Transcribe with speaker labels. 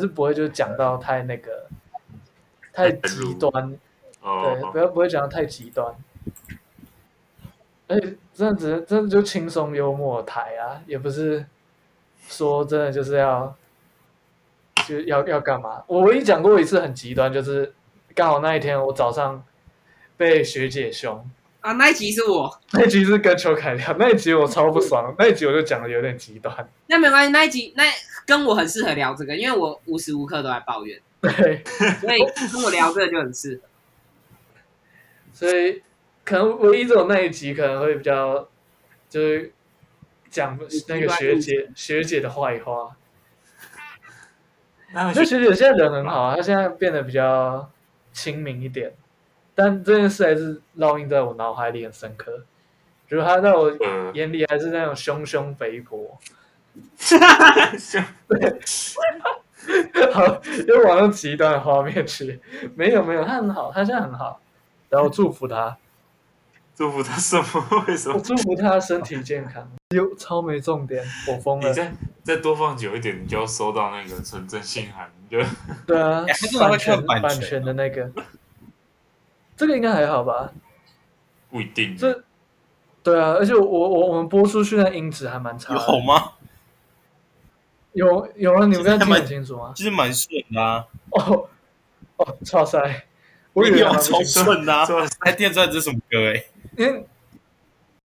Speaker 1: 是不会就是讲到太那个太
Speaker 2: 太
Speaker 1: 极
Speaker 2: 入
Speaker 1: 端，对，
Speaker 2: 哦
Speaker 1: 不，要不会讲到太极端。而且这样子真的就轻松幽默台啊，也不是说真的就是要就要要干嘛。我唯一讲过一次很极端，就是刚好那一天我早上被学姐凶，
Speaker 3: 啊，那一集是我，
Speaker 1: 那一集是跟邱凯聊，那一集我超不爽，那一集我就讲的有点极端，
Speaker 3: 那没关系，那一集那跟我很适合聊这个，因为我无时无刻都在抱怨，
Speaker 1: 对，
Speaker 3: 所以跟我聊这个就很适合。
Speaker 1: 所以可能唯一只有那一集可能会比较就是讲那个学姐学姐的坏话，
Speaker 2: 那
Speaker 1: 就学姐现在人很好啊，她现在变得比较亲民一点，但这件事还是烙印在我脑海里很深刻，就是她在我
Speaker 2: 嗯，
Speaker 1: 眼里还是那种凶凶肥婆， 好，又往上极端的画面去。没有没有，他很好，他现在很好，然后祝福他，
Speaker 2: 祝福他什么？为什
Speaker 1: 我
Speaker 2: 么？
Speaker 1: 祝福他身体健 康。又超没重点，我疯
Speaker 2: 你
Speaker 1: 了。
Speaker 2: 再再多放久一点，你就要收到那个纯正信函，你就
Speaker 1: 对啊
Speaker 4: 哎他真，的会
Speaker 1: 版权
Speaker 4: 看版
Speaker 1: 版
Speaker 4: 权
Speaker 1: 权的那个，这个应该还好吧？
Speaker 2: 不一定。
Speaker 1: 这，对啊，而且我我我们播出去那音质还蛮差的。
Speaker 4: 有吗？
Speaker 1: 有有啊，你们
Speaker 4: 其
Speaker 1: 刚
Speaker 4: 实还
Speaker 1: 才听
Speaker 4: 蛮
Speaker 1: 很清楚吗？
Speaker 4: 其实蛮顺的啊，
Speaker 1: 哦哦，超塞！我以
Speaker 4: 没
Speaker 1: 为
Speaker 4: 有
Speaker 1: 还蛮
Speaker 4: 超顺的啊
Speaker 2: 这。
Speaker 4: 哎，电钻这是什么歌？哎，
Speaker 1: 因为